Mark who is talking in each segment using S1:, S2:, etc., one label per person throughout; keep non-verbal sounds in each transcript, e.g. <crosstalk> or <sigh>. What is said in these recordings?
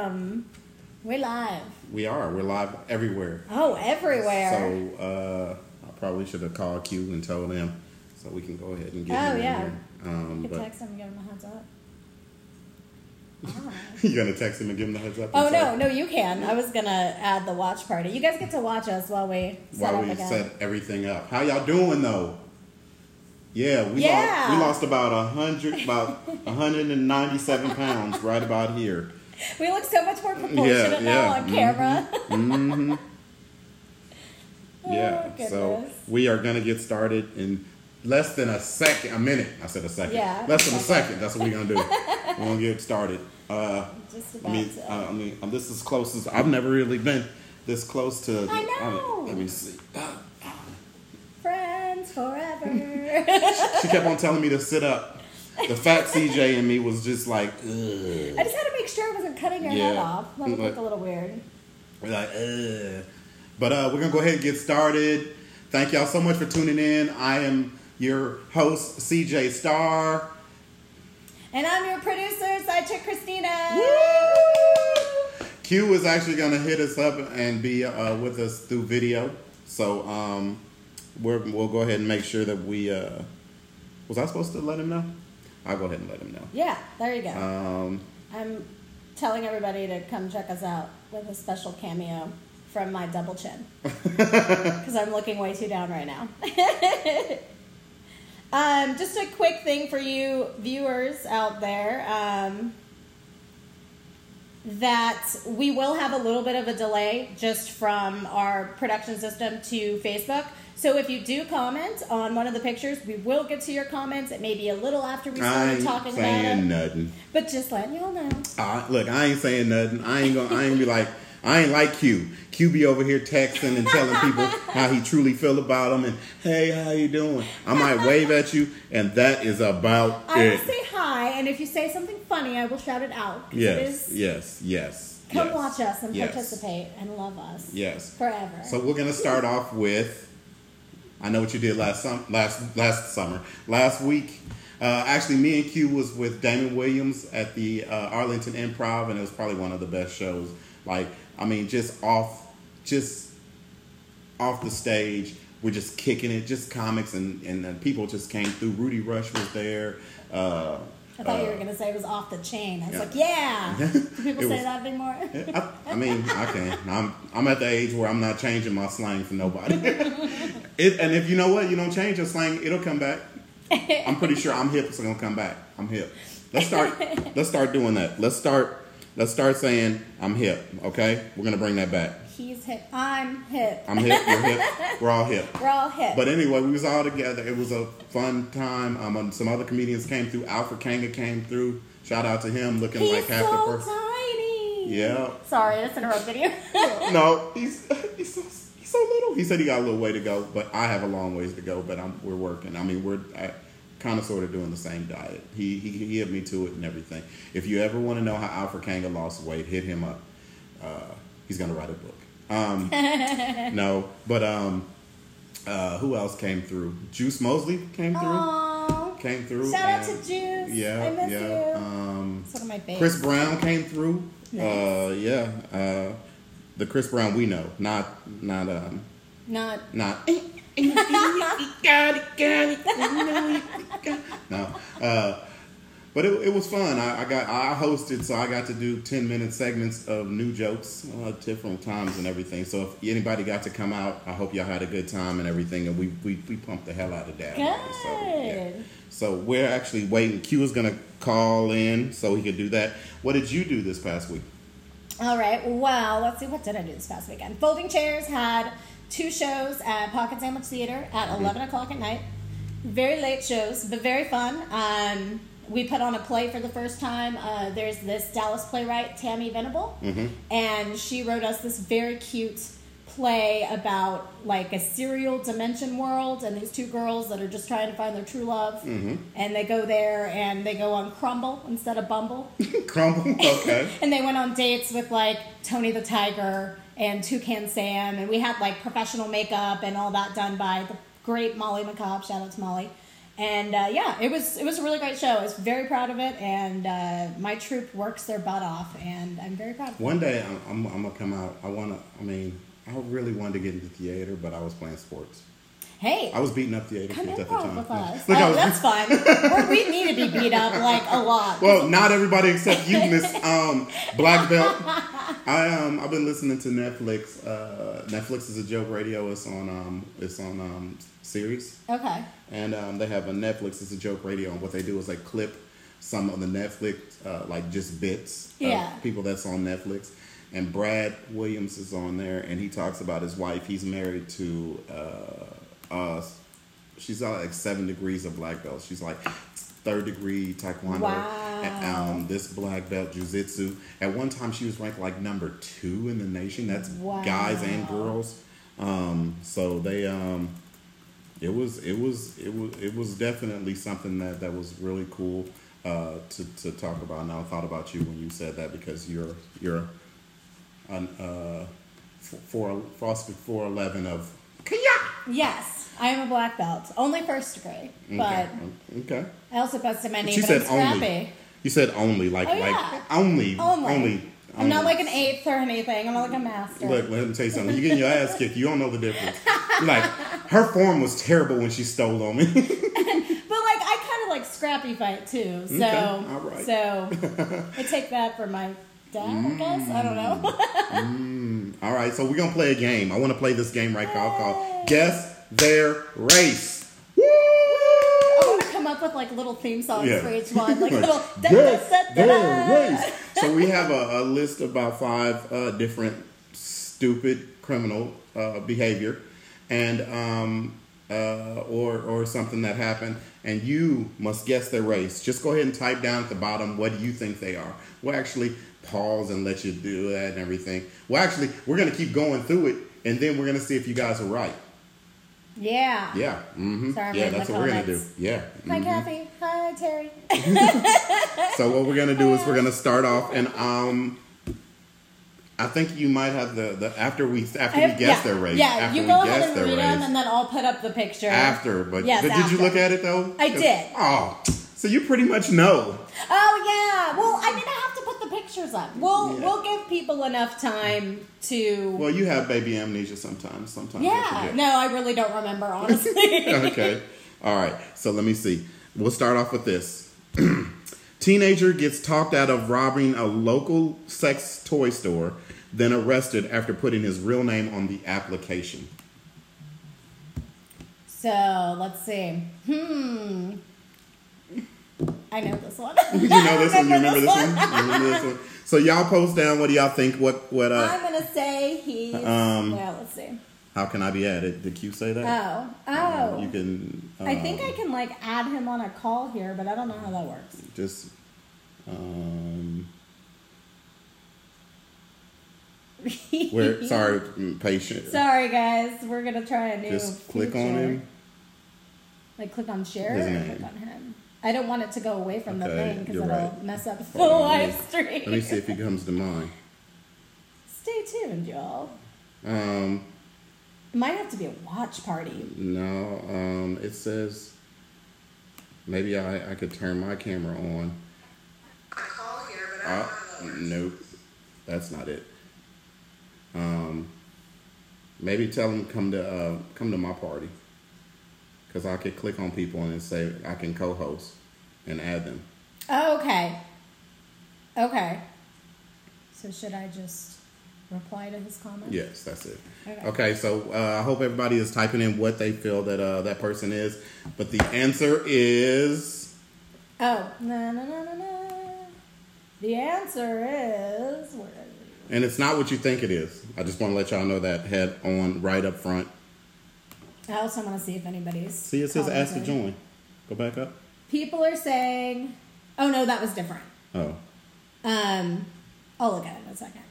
S1: Um, we're live.
S2: We are. We're live everywhere.
S1: Oh, everywhere.
S2: So uh, I probably should have called Q and told him so we can go ahead and get
S1: Oh,
S2: him in
S1: yeah.
S2: here. Um,
S1: you can
S2: but <laughs>
S1: text them, give them a heads up. Alright.
S2: you're gonna text him and give him the heads up.
S1: <laughs> oh
S2: and
S1: no,
S2: say-
S1: no, you can. I was gonna add the watch party. You guys get to watch us while we set
S2: While
S1: up
S2: we
S1: again.
S2: set everything up, how y'all doing though? Yeah, we
S1: Yeah.
S2: Lost, we lost about a hundred, about a hundred and ninety-seven pounds right about here.
S1: we look so much more proportionate
S2: yeah, Mm-hmm.
S1: now on camera.
S2: Yeah,
S1: <laughs> Oh,
S2: so
S1: goodness.
S2: we are gonna get started in less than a second, a minute. I said a second.
S1: Yeah,
S2: less than a
S1: second.
S2: second. That's what
S1: <laughs>
S2: we're gonna do. we're gonna get started. Uh,
S1: <laughs> Just
S2: I
S1: about
S2: mean,
S1: to.
S2: uh, I mean, um, this is close as I've never really been this close to.
S1: I
S2: mean,
S1: know.
S2: let me see. Ah,
S1: Friends forever. <laughs>
S2: She kept on telling me to sit up. The fat CJ and me was just like, ugh.
S1: I just had to make sure I wasn't cutting your head
S2: Yeah.
S1: off. That would
S2: Like-
S1: look a little weird.
S2: We're like, ugh. But uh, we're gonna go ahead and get started. Thank y'all so much for tuning in. I am your host, CJ Star.
S1: And I'm your producer, Side Chick Christina.
S2: Q is actually going to hit us up and be uh, with us through video. So um, we're, we'll go ahead and make sure that we. Uh, was I supposed to let him know? I'll go ahead and let him know.
S1: Yeah, there you go.
S2: Um,
S1: I'm telling everybody to come check us out with a special cameo from my double
S2: <laughs>
S1: chin because I'm looking way too down right now. um, just a quick thing for you viewers out there. Um, that we will have a little bit of a delay just from our production system to Facebook. So if you do comment on one of the pictures, we will get to your comments. It may be a little after we
S2: I
S1: started
S2: ain't
S1: talking about it.
S2: saying nothing.
S1: But just letting y'all know.
S2: I, look, I ain't saying nothing. I ain't gonna. I ain't be like. I ain't like Q. Q be over here texting and telling
S1: <laughs>
S2: people how he truly feel about them and hey, how you doing? I might wave at you, and that is about
S1: I will
S2: it.
S1: say hi, and if you say something funny, I will shout it out. 'cause it
S2: Yes,
S1: is-
S2: yes, yes.
S1: come
S2: yes,
S1: watch us and
S2: yes,
S1: participate and love us
S2: Yes.
S1: forever.
S2: So we're gonna start off with. I know what you did last sum- last last summer, last week. Uh, actually, me and Q was with Damon Williams at the uh, Arlington Improv, and it was probably one of the best shows. Like, I mean, just off, just off the stage. We're just kicking it, just comics, and and uh, people just came through. Rudy Rush was there. Uh,
S1: I thought you were
S2: uh,
S1: gonna say it was off the chain. I was
S2: yeah.
S1: like, yeah. Do people
S2: <laughs> It
S1: say
S2: was-
S1: that
S2: <laughs>
S1: anymore?
S2: I, I mean, I can. I'm I'm at the age where I'm not changing my slang for nobody. <laughs> it, and if you know what, you don't change your slang, it'll come back. I'm pretty sure I'm hip. It's gonna come back. I'm hip. Let's start. let's start doing that. Let's start. Let's start saying I'm hip. Okay, we're gonna bring that back.
S1: He's hip. I'm hip.
S2: I'm hip. You're hip. We're all hip.
S1: We're all hip.
S2: But anyway, we was all together. It was a fun time. Um, and some other comedians came through. Alfred Kanga came through. Shout out to him, looking
S1: He's
S2: like half the
S1: so
S2: first.
S1: tiny.
S2: Yeah.
S1: Sorry, that's interrupted you.
S2: no, he's he's so, he's so little. He said he got a little way to go, but I have a long ways to go. But I'm we're working. I mean, we're I, kind of sort of doing the same diet. He he he hit me to it and everything. If you ever want to know how Alfred Kanga lost weight, hit him up. Uh, he's gonna write a book. Um,
S1: <laughs>
S2: no, but um, uh, who else came through? Juice Mosley came through.
S1: Aw.
S2: Came through.
S1: Shout out to
S2: and-
S1: Juice.
S2: Yeah,
S1: I miss
S2: yeah.
S1: you.
S2: Um,
S1: it's one of my faves.
S2: Chris Brown came through.
S1: Nice.
S2: Uh, yeah, uh, the Chris Brown we know, not not um,
S1: Not.
S2: <laughs> not. no, uh, but it, it was fun. I, I got I hosted, so I got to do ten minute segments of new jokes, uh, different times and everything. So if anybody got to come out, I hope y'all had a good time and everything. And we we, we pumped the hell out of that.
S1: Good.
S2: So, yeah. So we're actually waiting. Q is gonna call in so he could do that. What did you do this past week? <laughs>
S1: All right. Well, let's see. What did I do this past weekend? Folding Chairs had two shows at Pocket Sandwich Theater at 11 o'clock at night. Very late shows, but very fun. Um, we put on a play for the first time. Uh, there's this Dallas playwright, Tammy Venable, and she wrote us this very cute play about like a serial dimension world and these two girls that are just trying to find their true love and they go there and they go on crumble instead of bumble
S2: Crumble. Okay.
S1: and they went on dates with like Tony the Tiger and Toucan Sam, and we had like professional makeup and all that done by the great Molly McCobb. Shout out to Molly. And uh, yeah, it was it was a really great show. I was very proud of it, and uh, my troupe works their butt off, and I'm very proud. of them.
S2: One day I'm, I'm, I'm gonna come out. I wanna. I mean, I really wanted to get into theater, but I was playing sports.
S1: Hey,
S2: I was beating up theater
S1: come
S2: kids at the
S1: improv
S2: time.
S1: with
S2: No.
S1: us.
S2: Look, I
S1: oh,
S2: was-
S1: that's fun. We're- we need to be beat up like a lot. <laughs>
S2: <laughs> Well, not everybody except you, Miss um, Black Belt. I um, I've been listening to Netflix. Uh, Netflix is a joke radio. It's on um, it's on um, series,
S1: okay.
S2: and um, they have a Netflix. It's a joke radio, and what they do is they clip some of the Netflix uh, like just bits
S1: Yeah.
S2: of people that's on Netflix. And Brad Williams is on there, and he talks about his wife. He's married to uh, uh, she's at like seven degrees of black belt. She's like third degree taekwondo.
S1: Wow.
S2: and, um, this black belt jujitsu. At one time, she was ranked like number two in the nation. That's
S1: Wow.
S2: guys and girls. Um, so they, um, it was, it was, it was, it was definitely something that that was really cool uh, to to talk about. And I thought about you when you said that because you're you're an uh, f- four Frostbite four eleven of.
S1: Yes, I am a black belt, only first degree, but
S2: okay. okay.
S1: I also busted my knee.
S2: She
S1: but
S2: said
S1: I'm
S2: only.
S1: scrappy.
S2: You said only, like,
S1: Oh,
S2: like
S1: yeah.
S2: only,
S1: Only.
S2: only,
S1: Oh I'm not
S2: only.
S1: like an eighth or anything. I'm not like a master.
S2: Look, let me tell you something. When you getting your ass kicked, you don't know the difference. <laughs> Like, her form was terrible when she stole on me. <laughs>
S1: But like I kind of like scrappy fight too. So
S2: Okay, all right. <laughs>
S1: so I take that for my dad, I guess. I don't
S2: Mm.
S1: know. <laughs>
S2: All right, so we're gonna play a game. I want to play this game right now called Guess Their Race. Woo!
S1: I want to come up with like little theme songs
S2: Yeah.
S1: for each one,
S2: <laughs>
S1: like little da, da,
S2: Guess
S1: da, da,
S2: Their
S1: da.
S2: Race. So we have a, a list of about five uh, different stupid criminal uh, behavior, and um, uh, or or something that happened, and you must guess their race. Just go ahead and type down at the bottom what do you think they are. We'll actually pause and let you do that and everything. Well, actually, we're gonna keep going through it, and then we're gonna see if you guys are right.
S1: Yeah.
S2: Yeah, mm-hmm.
S1: Sorry, I'm
S2: yeah,
S1: reading
S2: that's
S1: the
S2: what we're gonna do.
S1: comments.
S2: Yeah.
S1: Hi Kathy. Hi Terry.
S2: So what we're gonna do is we're gonna start off, and um, I think you might have the, the after we after we guess
S1: yeah,
S2: their race.
S1: Yeah,
S2: after
S1: you
S2: we
S1: go
S2: guess
S1: ahead
S2: their
S1: and read
S2: race.
S1: them, and then I'll put up the picture.
S2: after, but,
S1: Yes,
S2: but did
S1: after.
S2: you look at it though?
S1: I
S2: 'Cause-
S1: did.
S2: Oh, so you pretty much know.
S1: Oh yeah. Well, I didn't have to put the pictures up. We'll
S2: Yeah.
S1: we'll give people enough time to.
S2: Well, you have baby amnesia sometimes. Sometimes. you
S1: yeah.
S2: forget.
S1: No, I really don't remember
S2: <laughs>
S1: honestly.
S2: okay. All right. So let me see. We'll start off with this. <clears throat> Teenager gets talked out of robbing a local sex toy store, then arrested after putting his real name on the application.
S1: So let's see. Hmm. I know this
S2: <laughs>
S1: one.
S2: you know this one. You remember this one? You remember this one? So y'all post down what do y'all think? What what? Uh,
S1: I'm gonna say he's.
S2: Um,
S1: well, let's see.
S2: how can I be added? Did Q say that?
S1: Oh,
S2: Uh,
S1: oh.
S2: you can. Um,
S1: I think I can like add him on a call here, but I don't know how that works. <laughs>
S2: just. Um, where? sorry, mm, patient.
S1: Sorry, guys. We're gonna try a new.
S2: Just click on
S1: feature.
S2: him.
S1: Like click on share
S2: His
S1: or
S2: name.
S1: click on him. I don't want it to go away from the
S2: Okay,
S1: thing because
S2: you're
S1: it'll
S2: right.
S1: mess up the
S2: Hold on, let me-
S1: live stream.
S2: Let me see if he comes to mind.
S1: <laughs> Stay tuned, y'all.
S2: Um,
S1: It might have to be a watch party.
S2: no. Um, it says maybe I I could turn my camera on.
S3: I call here, but I don't
S2: Uh,
S3: have a
S2: nope, that's not it. Um, maybe tell them come to uh, come to my party, cause I could click on people and say I can co-host and add them.
S1: Oh, okay. Okay. So should I just reply to his comment?
S2: Yes, that's it.
S1: Okay.
S2: Okay, so uh, I hope everybody is typing in what they feel that uh, that person is, but the answer is
S1: Oh. Na, na, na, na, na. The answer is where is it?
S2: and it's not what you think it is. I just want to let y'all know that head on right up front.
S1: I also want to see if anybody's.
S2: See, it says ask to
S1: commenting.
S2: join. Go back up.
S1: People are saying, "Oh no, that was different."
S2: Oh,
S1: Um, I'll look at it in a second.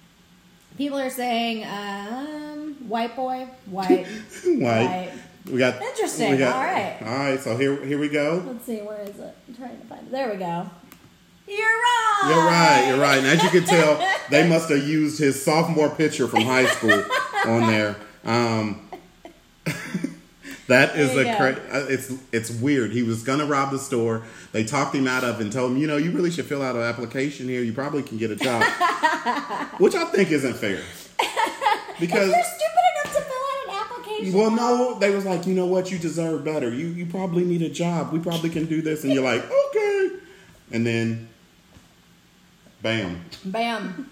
S1: People are saying, um, "White boy,
S2: <laughs>
S1: white."
S2: White.
S1: White.
S2: We got
S1: Interesting.
S2: we got-
S1: All right.
S2: All right. So here, here we go.
S1: Let's see, where is it? I'm trying to find it. There we go. You're right.
S2: You're right. You're right. And as you can tell,
S1: <laughs>
S2: they must have used his sophomore picture from high school on there. Um, <laughs> That is
S1: There you
S2: a
S1: go.
S2: cra- uh, it's it's weird. He was gonna rob the store. They talked him out of it and told him, you know, you really should fill out an application here. You probably can get
S1: <laughs>
S2: a job, which I think isn't fair. Because
S1: They're stupid enough to fill out an application.
S2: well, no, they was like, you know what, you deserve better. You you probably need a job. We probably can do this, and you're like, okay, and then, bam,
S1: Bam.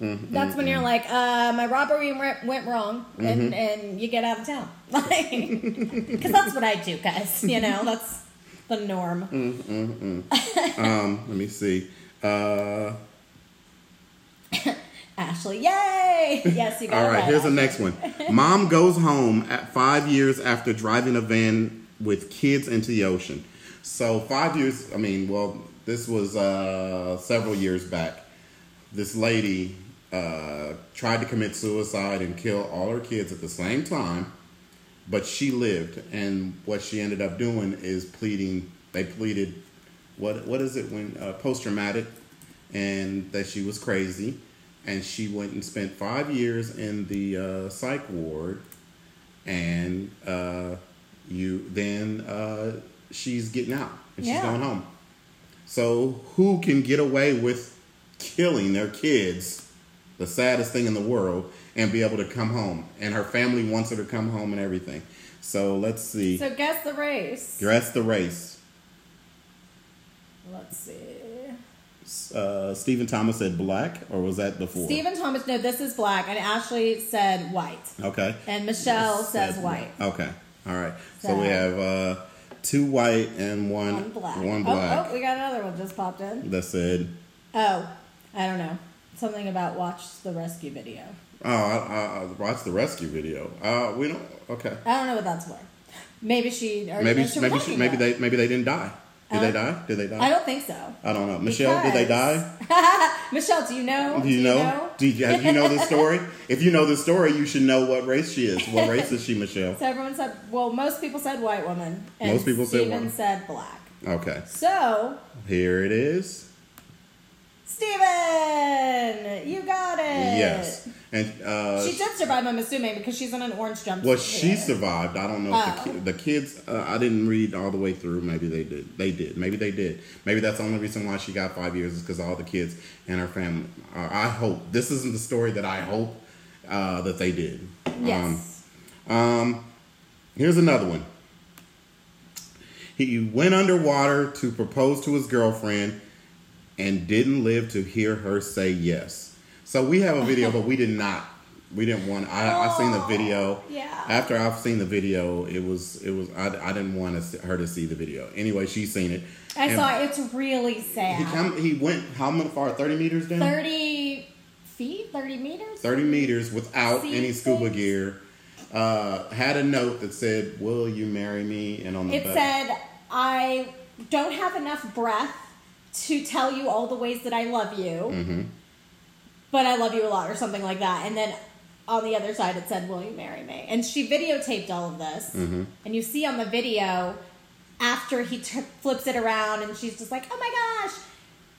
S2: Mm-hmm.
S1: That's when you're like, uh, my robbery went, went wrong,
S2: Mm-hmm.
S1: and, and you get out of town. <laughs> Because that's what I do, guys. You know, that's the norm.
S2: Mm. um, let me see. Uh,
S1: Ashley,
S2: <laughs>
S1: yay! Yes, you got
S2: all
S1: it
S2: right,
S1: right.
S2: here's the
S1: Ashley.
S2: next <laughs> one. Mom goes home at five years after driving a van with kids into the ocean. So five years. I mean, well, this was uh, several years back. This lady uh, tried to commit suicide and kill all her kids at the same time. but she lived and what she ended up doing is pleading they pleaded what what is it when uh, post-traumatic and that she was crazy and she went and spent five years in the uh, psych ward and uh, you then uh, she's getting out and she's
S1: Yeah.
S2: going home so who can get away with killing their kids the saddest thing in the world and be able to come home and her family wants her to come home and everything so let's see
S1: So guess the race.
S2: dress the race
S1: Let's see.
S2: uh, stephen thomas said black or was that before
S1: Stephen Thomas, no, this is black, and Ashley said white,
S2: okay
S1: and Michelle says
S2: Said
S1: white.
S2: okay all right so,
S1: So-
S2: we have uh, two white and one
S1: One black.
S2: one
S1: Oh,
S2: black
S1: Oh, we got another one just popped in.
S2: that said
S1: Oh, I don't know. Something about watch the rescue video.
S2: oh I, I, I watched the rescue video uh, we don't okay
S1: I don't know what that's for. Maybe she. Or
S2: maybe
S1: she was
S2: maybe she,
S1: talking
S2: maybe
S1: about it.
S2: they maybe they didn't die did
S1: Uh,
S2: they die did they die
S1: I don't think so.
S2: I don't know. Michelle, did they die?
S1: die? <laughs> Michelle, do you know?
S2: Do you know? Do you, have you know the
S1: <laughs>
S2: story? If you know the story, you should know what race she is. What race is she,
S1: <laughs>
S2: Michelle?
S1: So everyone said. Well, most people said white woman. And
S2: Most people said
S1: Steven
S2: woman.
S1: said black.
S2: Okay,
S1: So
S2: here it is.
S1: Steven, you got it.
S2: Yes, and uh,
S1: She did survive. I'm assuming because she's in an orange jumpsuit.
S2: well, she
S1: here.
S2: survived. I don't know if the,
S1: Oh.
S2: ki- the kids. Uh, I didn't read all the way through. Maybe they did. They did. Maybe they did. Maybe that's the only reason why she got five years is because all the kids and her family. Uh, I hope this isn't the story that I hope uh, that they did.
S1: Yes.
S2: Um, Um, here's another one. He went underwater to propose to his girlfriend and didn't live to hear her say yes. So we have a video, but we did not. We didn't want. I, I seen the video.
S1: Oh, yeah.
S2: After I've seen the video, it was it was. I, I didn't want to, see- her to see the video. Anyway, she's seen it.
S1: I
S2: And
S1: saw. It's really sad.
S2: He come. He went how much far? Thirty meters down.
S1: 30 feet, 30 meters?
S2: 30 meters without
S1: See,
S2: any scuba
S1: thanks.
S2: gear. Uh, had a note that said, "Will you marry me?" And on the
S1: It
S2: back-
S1: said, I don't have enough breath to tell you all the ways that I love you, but I love you a lot, or something like that. And then on the other side, it said, Will you marry me? And she videotaped all of this. And you see on the video, after he tur flips it around, and she's just like, Oh my gosh!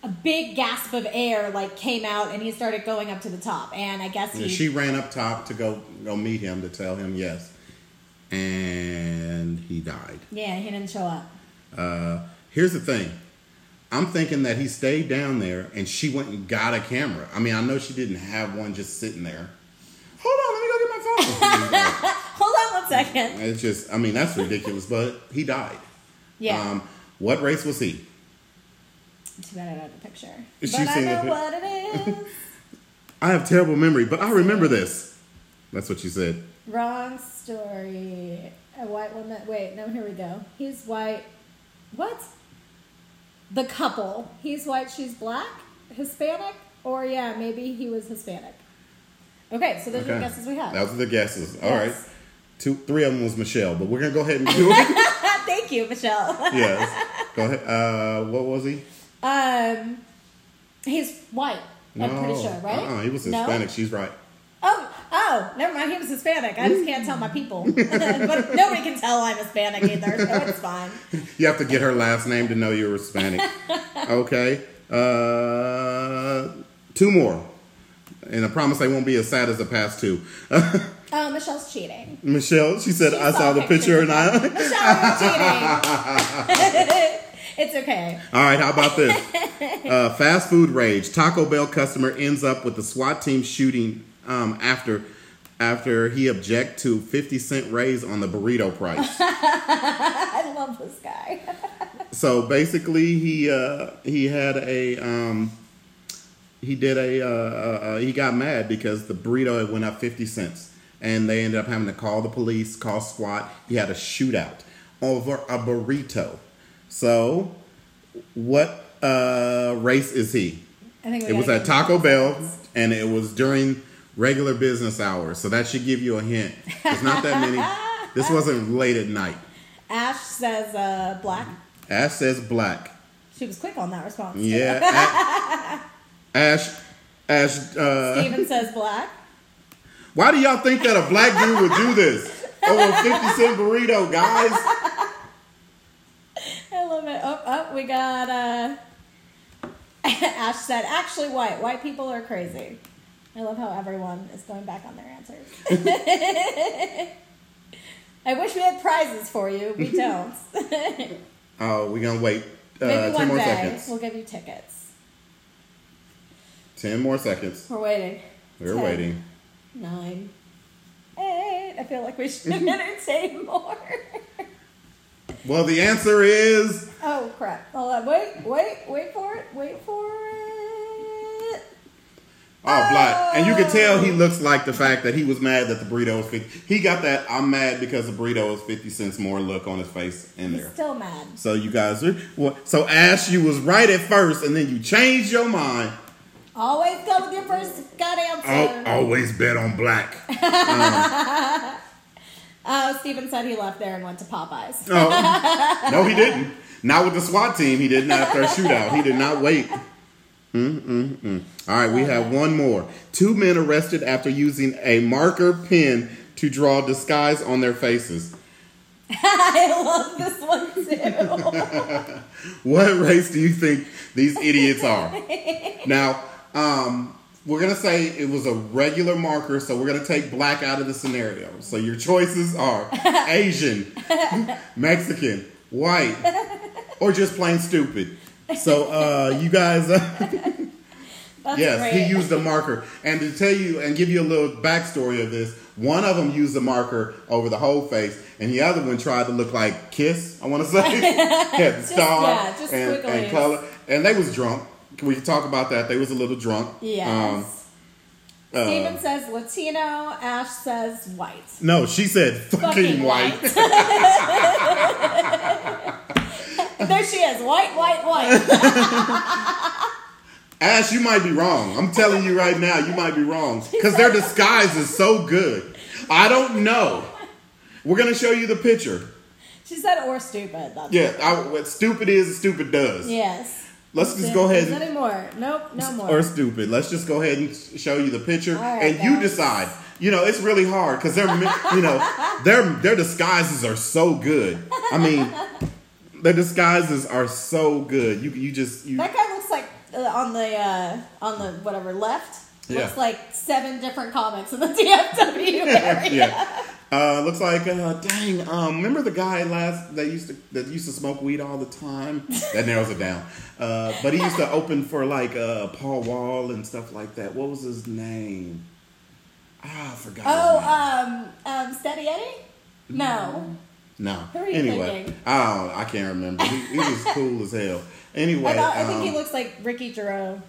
S1: A big gasp of air like came out, and he started going up to the top. And I guess he
S2: And she ran up top to go go meet him to tell him yes, and he died.
S1: yeah he didn't show up.
S2: Uh, here's the thing. I'm thinking that he stayed down there and she went and got a camera. I mean, I know she didn't have one just sitting there. Hold on, let me go get my phone. <laughs>
S1: Hold on one second.
S2: it's just, I mean, that's ridiculous, but he died.
S1: Yeah.
S2: Um, what race was he?
S1: Too bad I don't have a picture.
S2: She's
S1: but I
S2: seen the
S1: know
S2: pic-
S1: what it
S2: <laughs>
S1: is.
S2: I have terrible memory, but I remember this. That's what you said.
S1: Wrong story. A white woman. Wait, no, here we go. He's white. What? The couple. He's white, she's black? Hispanic? Or, yeah, maybe he was Hispanic. Okay, so those are the guesses we have.
S2: Those are the guesses. All right,
S1: Yes.
S2: Two, three of them was Michelle, but we're gonna go
S1: <laughs>
S2: ahead and do it.
S1: <laughs> Thank you, Michelle.
S2: <laughs> yes. Go ahead. Uh, what was he?
S1: um, he's white, I'm pretty sure, right?
S2: Uh-uh, he was
S1: No?
S2: Hispanic. She's right.
S1: Oh, oh, never mind. He was Hispanic. I just can't tell my people. but nobody can tell I'm Hispanic either, so it's fine.
S2: You have to get her last name to know you're
S1: <laughs>
S2: Hispanic. okay. Uh, two more. And I promise I won't be as sad as the past two.
S1: Oh, Michelle's cheating.
S2: Michelle, she said,
S1: She
S2: I saw the picture
S1: pictures
S2: and
S1: of
S2: I. <laughs>
S1: her. Michelle, you're cheating. it's okay.
S2: All right, how about this? Uh, fast food rage. Taco Bell customer ends up with the SWAT team shooting um, after after he object to 50 cent raise on the burrito price.
S1: I love this guy.
S2: so basically, he uh, he had a um, he did a uh, uh, uh, he got mad because the burrito went up 50 cents, and they ended up having to call the police, call SWAT. He had a shootout over a burrito. So, what uh, race is he?
S1: I think we
S2: It was
S1: gotta
S2: at
S1: give-
S2: Taco Bell, and it was during regular business hours. So that should give you a hint. It's not that many. this wasn't late at night.
S1: Ash says uh, black.
S2: Ash says black.
S1: She was quick on that response.
S2: Yeah. A- Ash. Ash. Uh,
S1: Steven says black.
S2: why do y'all think that a black dude would do this over a fifty cent burrito, guys?
S1: I love it. Oh, oh we got. Uh, <laughs> Ash said, actually, white. White people are crazy. I love how everyone is going back on their answers. <laughs> I wish we had prizes for you.
S2: <laughs> Uh,
S1: We don't.
S2: Oh, we're gonna wait
S1: <laughs>
S2: uh,
S1: Maybe
S2: ten
S1: one
S2: more
S1: day
S2: seconds.
S1: we'll give you tickets.
S2: Ten more seconds.
S1: We're waiting.
S2: We're
S1: Ten,
S2: waiting.
S1: Nine. Eight. I feel like we should entertain more. <laughs>
S2: Well, the answer is
S1: Oh crap! Hold on. Wait, wait, wait for it. Wait for it.
S2: oh, black, and you can tell he looks like the fact that he was mad that the burrito was fifty. He got that I'm mad because the burrito is fifty cents more look on his face in there.
S1: Still mad.
S2: So you guys are well, so Ash, you was right at first, and then you changed your mind.
S1: Always go with your first gut
S2: Al-
S1: answer. Oh,
S2: always bet on black.
S1: Oh, Steven said he left there and went to Popeyes. <laughs>
S2: No, no, he didn't. Not with the SWAT team. He didn't after a shootout. He did not wait. Mm-mm-mm. All right, we have one more. Two men arrested after using a marker pen to draw disguise on their faces.
S1: I love this one too.
S2: What race do you think these idiots are? now, um, we're gonna say it was a regular marker, so we're gonna take black out of the scenario. So your choices are Asian, Mexican, white, or just plain stupid. So uh, you guys,
S1: That's
S2: yes,
S1: great.
S2: he used a marker, and to tell you and give you a little backstory of this, one of them used a marker over the whole face, and the other one tried to look like Kiss. I want
S1: <laughs>
S2: to say, <laughs> yeah, star
S1: yeah, just
S2: and, and
S1: squigglies.
S2: color, and they was drunk. We can talk about that. They was a little drunk.
S1: yes.
S2: Um, uh,
S1: Steven says Latino. Ash says white.
S2: no, she said fucking, white. <laughs>
S1: there she is. White, white, white.
S2: Ash, you might be wrong. I'm telling you right now, you might
S1: <laughs>
S2: be wrong. Because their disguise is so good. I don't know. We're going to show you the picture.
S1: she said or stupid. That's
S2: Yeah, I, what stupid is, stupid does.
S1: Yes.
S2: Let's just go ahead
S1: Is
S2: and.
S1: any more? Nope. No more.
S2: Or stupid. Let's just go ahead and show you the picture,
S1: All right,
S2: and you
S1: guys.
S2: decide. You know, it's really hard because they're,
S1: <laughs>
S2: you know, their their disguises are so good. I mean, their disguises are so good. You you just you.
S1: That guy looks like uh, on the uh, on the whatever left.
S2: Yeah.
S1: Looks like seven different comics in the <laughs> DFW area.
S2: <laughs> <laughs> yeah. Uh, looks like uh, dang. Um, remember the guy last that used to that used to smoke weed all the
S1: <laughs>
S2: time. That narrows it down. Uh, but he used to open for like uh, Paul Wall and stuff like that. What was his name? Ah, I forgot. his
S1: Oh,
S2: name.
S1: um, um, Steady Eddie? No.
S2: No.
S1: Who are you
S2: anyway,
S1: thinking?
S2: oh, I can't remember. He, he was cool as hell. Anyway,
S1: I, thought, I think
S2: um, Uh,
S1: he looks like Ricky
S2: <laughs>
S1: Giro.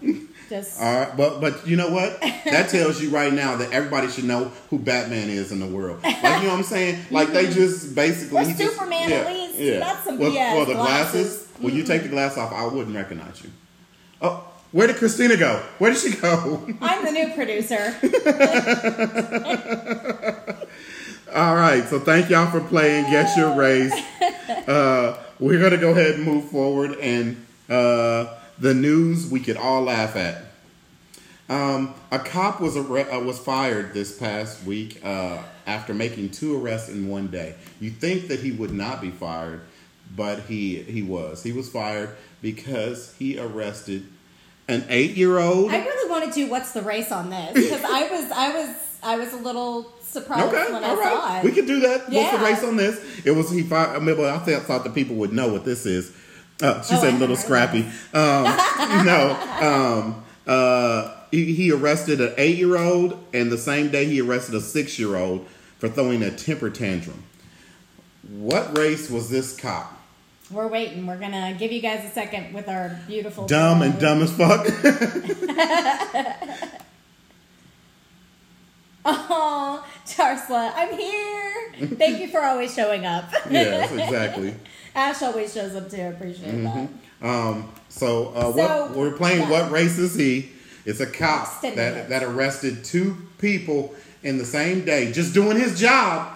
S1: Just
S2: all right, but but you know what?
S1: <laughs>
S2: That tells you right now that everybody should know who Batman is in the world. Like you know what
S1: <laughs>
S2: I'm saying? Like they just
S1: Mm-hmm.
S2: basically
S1: Or
S2: he just-
S1: Superman at least. That's some
S2: well,
S1: BS.
S2: well, the glasses.
S1: Glasses. Mm-hmm.
S2: When you take the glass off, I wouldn't recognize you. Oh, where did Christina go? Where did she go? <laughs>
S1: I'm the new producer.
S2: All right, so thank y'all for playing Guess Your Race. Uh, we're gonna go ahead and move forward, and uh, the news we could all laugh at. Um, a cop was arre- uh, was fired this past week uh, after making two arrests in one day. You think that he would not be fired, but he he was. He was fired because he arrested an eight year old.
S1: I really want to do what's the race on this because I was I was I was a little surprised
S2: Okay,
S1: when
S2: all
S1: I saw
S2: right.
S1: it.
S2: We could do that. What's
S1: Yeah.
S2: the race on this? It was he. fi- I mean, well, I thought, thought the people would know what this is. Uh, she
S1: Oh,
S2: said
S1: I
S2: little
S1: heard
S2: scrappy. Um, <laughs> no, um, uh, he, he arrested an eight year old, and the same day he arrested a six year old for throwing a temper tantrum. What race was this cop?
S1: We're waiting. We're gonna give you guys a second with our beautiful
S2: Dumb
S1: <laughs>
S2: and dumb as fuck. <laughs>
S1: Oh, Tarsla, I'm here. Thank you for always showing up.
S2: yes, exactly.
S1: Ash always shows up too. I appreciate that.
S2: Um, so,
S1: So,
S2: uh, what we're playing?
S1: yeah.
S2: What race is he? It's a cop
S1: Steady
S2: that
S1: hands.
S2: that arrested two people in the same day, just doing his job,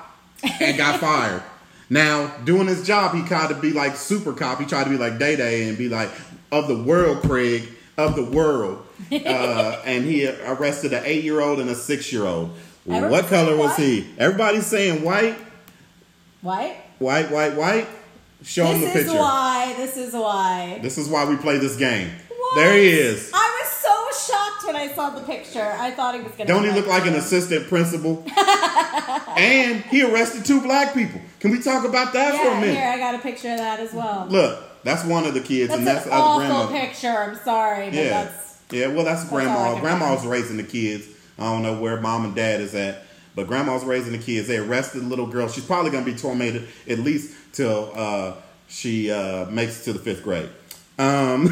S1: <laughs>
S2: and got fired. Now, doing his job, he tried to be like super cop. He tried to be like Day Day and be like of the world, Craig of the
S1: <laughs>
S2: world. Uh, and he arrested an eight year old and a six year old. What
S1: Everybody's
S2: color was
S1: white.
S2: he? Everybody's saying white,
S1: White.
S2: white, white, white. Show him the
S1: This
S2: picture.
S1: is why. This is why.
S2: This is why we play this game.
S1: What?
S2: There he is.
S1: I was so shocked when I saw the picture. I thought he was gonna.
S2: Don't
S1: be
S2: he look like an assistant
S1: <laughs>
S2: principal? and he arrested two black people. Can we talk about that for a
S1: Yeah,
S2: minute?
S1: here I got a picture of that as well.
S2: Look, that's one of the kids,
S1: that's
S2: and that's
S1: an
S2: the other
S1: awful
S2: grandma.
S1: picture. I'm sorry, but
S2: Yeah,
S1: that's
S2: yeah. Well, that's,
S1: all I
S2: grandma.
S1: can
S2: Grandma's raising the kids. I don't know where mom and dad is at, but grandma's raising the kids. They arrested the little girl. She's probably gonna be tormented at least till uh, she uh, makes it to the fifth grade. Um,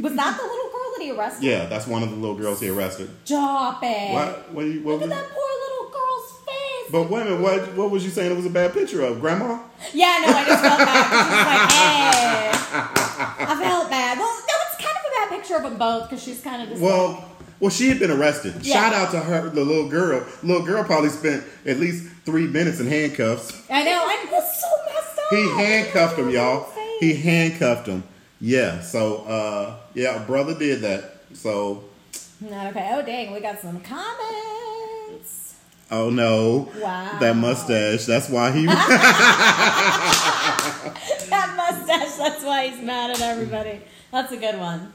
S1: was that the little girl that he arrested?
S2: yeah, that's one of the little girls he arrested.
S1: Stop it!
S2: What? What? do you- what
S1: Look at
S2: was-
S1: that poor little girl's face.
S2: But wait a minute, what, what was you saying it was a bad picture of? Grandma?
S1: Yeah, no, I just felt bad. She's like, hey.
S2: <laughs>
S1: I felt bad. Well, no, it's kind of a bad picture of them both because she's kind of just.
S2: Well, well, she had been arrested.
S1: Yeah.
S2: Shout out to her, the little girl. Little girl probably spent at least three minutes in handcuffs.
S1: I know, I was so messed up.
S2: He handcuffed him, y'all.
S1: Oh, Insane.
S2: He handcuffed him. Yeah, so, uh, yeah, a brother did that. So,
S1: Not okay. Oh, dang, we got some comments.
S2: oh no.
S1: Wow.
S2: That mustache. That's why he.
S1: <laughs> That mustache, that's why he's mad at everybody. That's a good one.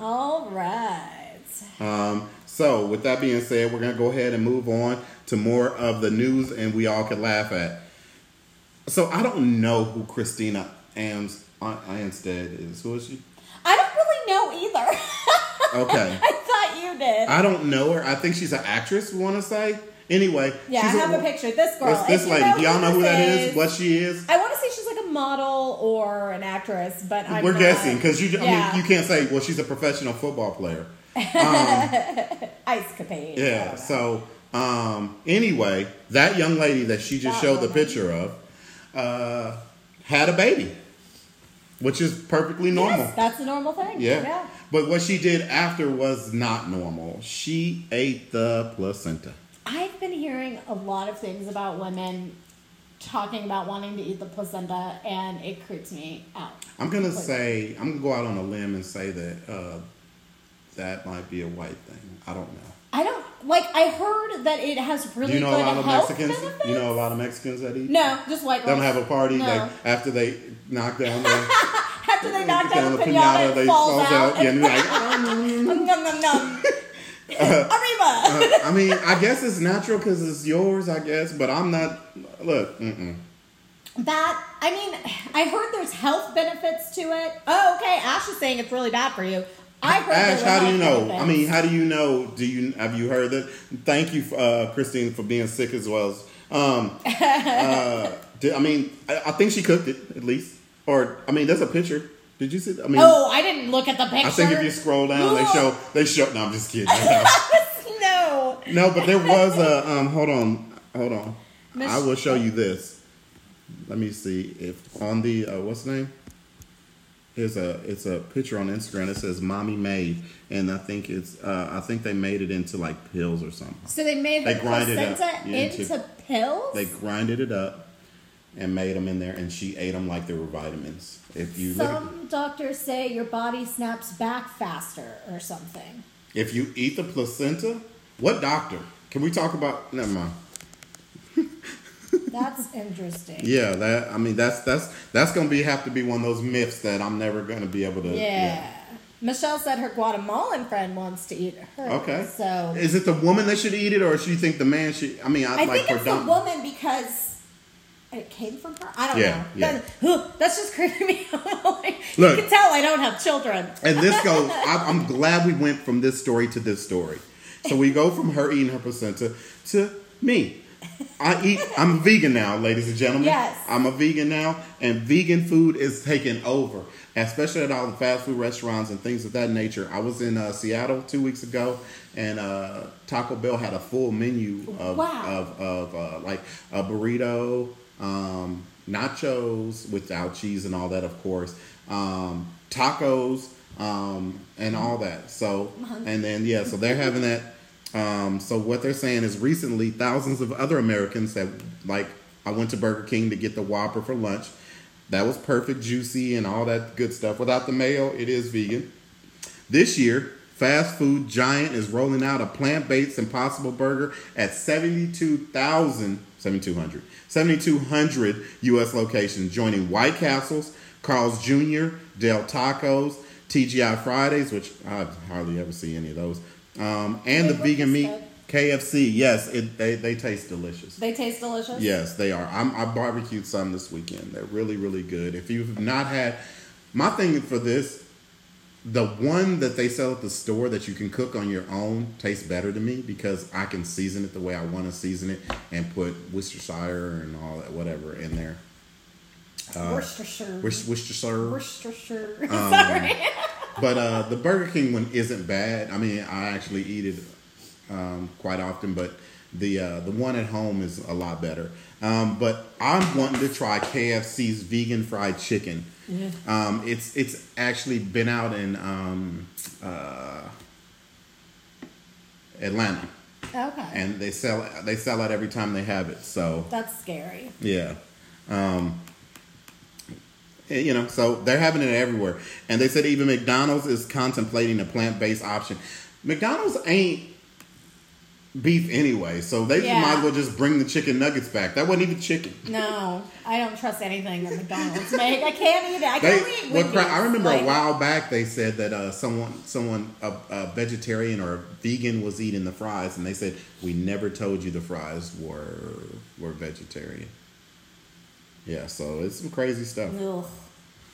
S1: All right.
S2: um, so, with that being said, we're going to go ahead and move on to more of the news and we all can laugh at. So, I don't know who Christina Ams, Anstead is. Who is
S1: <laughs>
S2: she?
S1: I don't really know either. <laughs>
S2: Okay.
S1: I thought you did.
S2: I don't know her. I think she's an actress. We want to say anyway.
S1: yeah, I
S2: she's
S1: have a, picture. This girl.
S2: This, this
S1: If you
S2: lady. Do y'all know
S1: this
S2: who that is? What she is?
S1: I want to say she's like a model or an actress, but I'm
S2: We're
S1: not.
S2: guessing because you. I
S1: Yeah.
S2: mean, you can't say. Well, she's a professional football player.
S1: ice capade. I
S2: Yeah.
S1: don't know.
S2: So um, anyway, that young lady that she just
S1: That
S2: showed the
S1: woman.
S2: picture of uh, had a baby, which is perfectly normal.
S1: Yes, that's a normal thing.
S2: Yeah. But what she did after was not normal. She ate the placenta.
S1: I've been hearing a lot of things about women talking about wanting to eat the placenta, and it creeps me out.
S2: I'm gonna
S1: Wait.
S2: say I'm gonna go out on a limb and say that uh, that might be a white thing. I don't know.
S1: I don't like. I heard that it has really
S2: Do you know a
S1: good
S2: lot of
S1: health
S2: Mexicans?
S1: benefits.
S2: You know a lot of Mexicans that eat.
S1: no, just white.
S2: They don't
S1: girls.
S2: have a party.
S1: No.
S2: They, after they knock down the,
S1: After they <laughs> knock down
S2: down
S1: the pinata, it
S2: they
S1: falls out.
S2: Yeah, and they're like, "Um,
S1: <laughs> Nom, nom, nom,
S2: <laughs>
S1: nom. Arriba.
S2: uh, I mean, I guess it's natural because it's yours. I guess, but I'm not. Look, mm-mm.
S1: That I mean, I heard there's health benefits to it. Oh, okay. Ash is saying it's really bad for you. I heard. there
S2: Ash,
S1: were
S2: how do
S1: health
S2: you know?
S1: benefits.
S2: I mean, how do you know? Do you have you heard that? Thank you, uh, Christine, for being sick as well. Um, uh, di- I mean, I, I think she cooked it at least, or I mean, there's a picture. Did you see? that? I mean,
S1: oh, I didn't look at the picture.
S2: I think if you scroll down, they
S1: Look.
S2: show they show. No, I'm just kidding. <laughs>
S1: <laughs> no.
S2: no, but there was a. Um, hold on, hold on.
S1: Miss-
S2: I will show you this. Let me see if on the uh, what's the name. Here's a it's a picture on Instagram. It says "Mommy made," and I think it's uh, I think they made it into like pills or something.
S1: So they made
S2: They
S1: her
S2: grind it up
S1: placenta
S2: into-
S1: into, pills.
S2: They grinded it up and made them in there, and she ate them like they were vitamins. If you look at,
S1: Some doctors say your body snaps back faster or something.
S2: if you eat the placenta, what doctor? Can we talk about? Never mind.
S1: That's <laughs> interesting.
S2: Yeah, that I mean that's that's that's gonna be have to be one of those myths that I'm never gonna be able to.
S1: Yeah. Michelle said her Guatemalan friend wants to eat her.
S2: Okay.
S1: So
S2: Is it the woman that should eat it, or should you think the man should? I mean, I,
S1: I
S2: like
S1: think it's the
S2: predominant-
S1: woman because it came from her. I don't
S2: Yeah,
S1: know.
S2: yeah.
S1: That- ugh, that's just <laughs> creeping me out. Like,
S2: Look.
S1: you can tell I don't have children.
S2: And this goes. I, I'm glad we went from this story to this story. So we go from her eating her placenta to me. I eat. I'm a vegan now, ladies and gentlemen.
S1: Yes.
S2: I'm a vegan now, and vegan food is taking over, especially at all the fast food restaurants and things of that nature. I was in uh, Seattle two weeks ago, and uh, Taco Bell had a full menu of
S1: Wow.
S2: of, of uh, like a burrito, um, nachos without cheese and all that, of course, um, tacos, um, and all that. So, and then yeah, so they're having that. Um, so what they're saying is recently thousands of other Americans that like I went to Burger King to get the Whopper for lunch. That was perfect, juicy, and all that good stuff. Without the mayo, it is vegan. This year, fast food giant is rolling out a plant-based Impossible Burger at 72,000, 7,200, 7,200 U.S. locations, joining White Castles, Carl's Jr., Del Tacos, TGI Fridays, which I hardly ever see any of those, um, and the
S1: Wait, what
S2: vegan
S1: is
S2: meat
S1: that?
S2: KFC. Yes, it, they, they taste delicious.
S1: They taste delicious.
S2: Yes, they are. I'm, I barbecued some this weekend. They're really, really good. If you've not had, my thing for this, the one that they sell at the store that you can cook on your own tastes better to me because I can season it the way I want to season it and put Worcestershire and all that, whatever, in there. Uh,
S1: Worcestershire.
S2: Wor- Worcestershire.
S1: Worcestershire.
S2: Um,
S1: Sorry.
S2: But uh, the Burger King one isn't bad. I mean, I actually eat it um, quite often, but the uh, the one at home is a lot better. Um, but I'm wanting to try KFC's vegan fried chicken. Um, it's it's actually been out in um, uh, Atlanta,
S1: <laughs> Okay.
S2: and they sell they sell out every time they have it. So
S1: That's scary.
S2: yeah. Um, you know, so they're having it everywhere. And they said even McDonald's is contemplating a plant based option. McDonald's ain't beef anyway, so they
S1: Yeah.
S2: might as well just bring the chicken nuggets back. That wasn't even chicken.
S1: No, I don't trust anything that McDonald's make. I can't eat it. I
S2: They,
S1: can't eat
S2: what
S1: Wendy's.
S2: cra- I remember
S1: Like,
S2: a while back they said that uh, someone, someone, a, a vegetarian or a vegan was eating the fries, and they said we never told you the fries were were vegetarian. Yeah, so it's some crazy stuff.
S1: Ugh.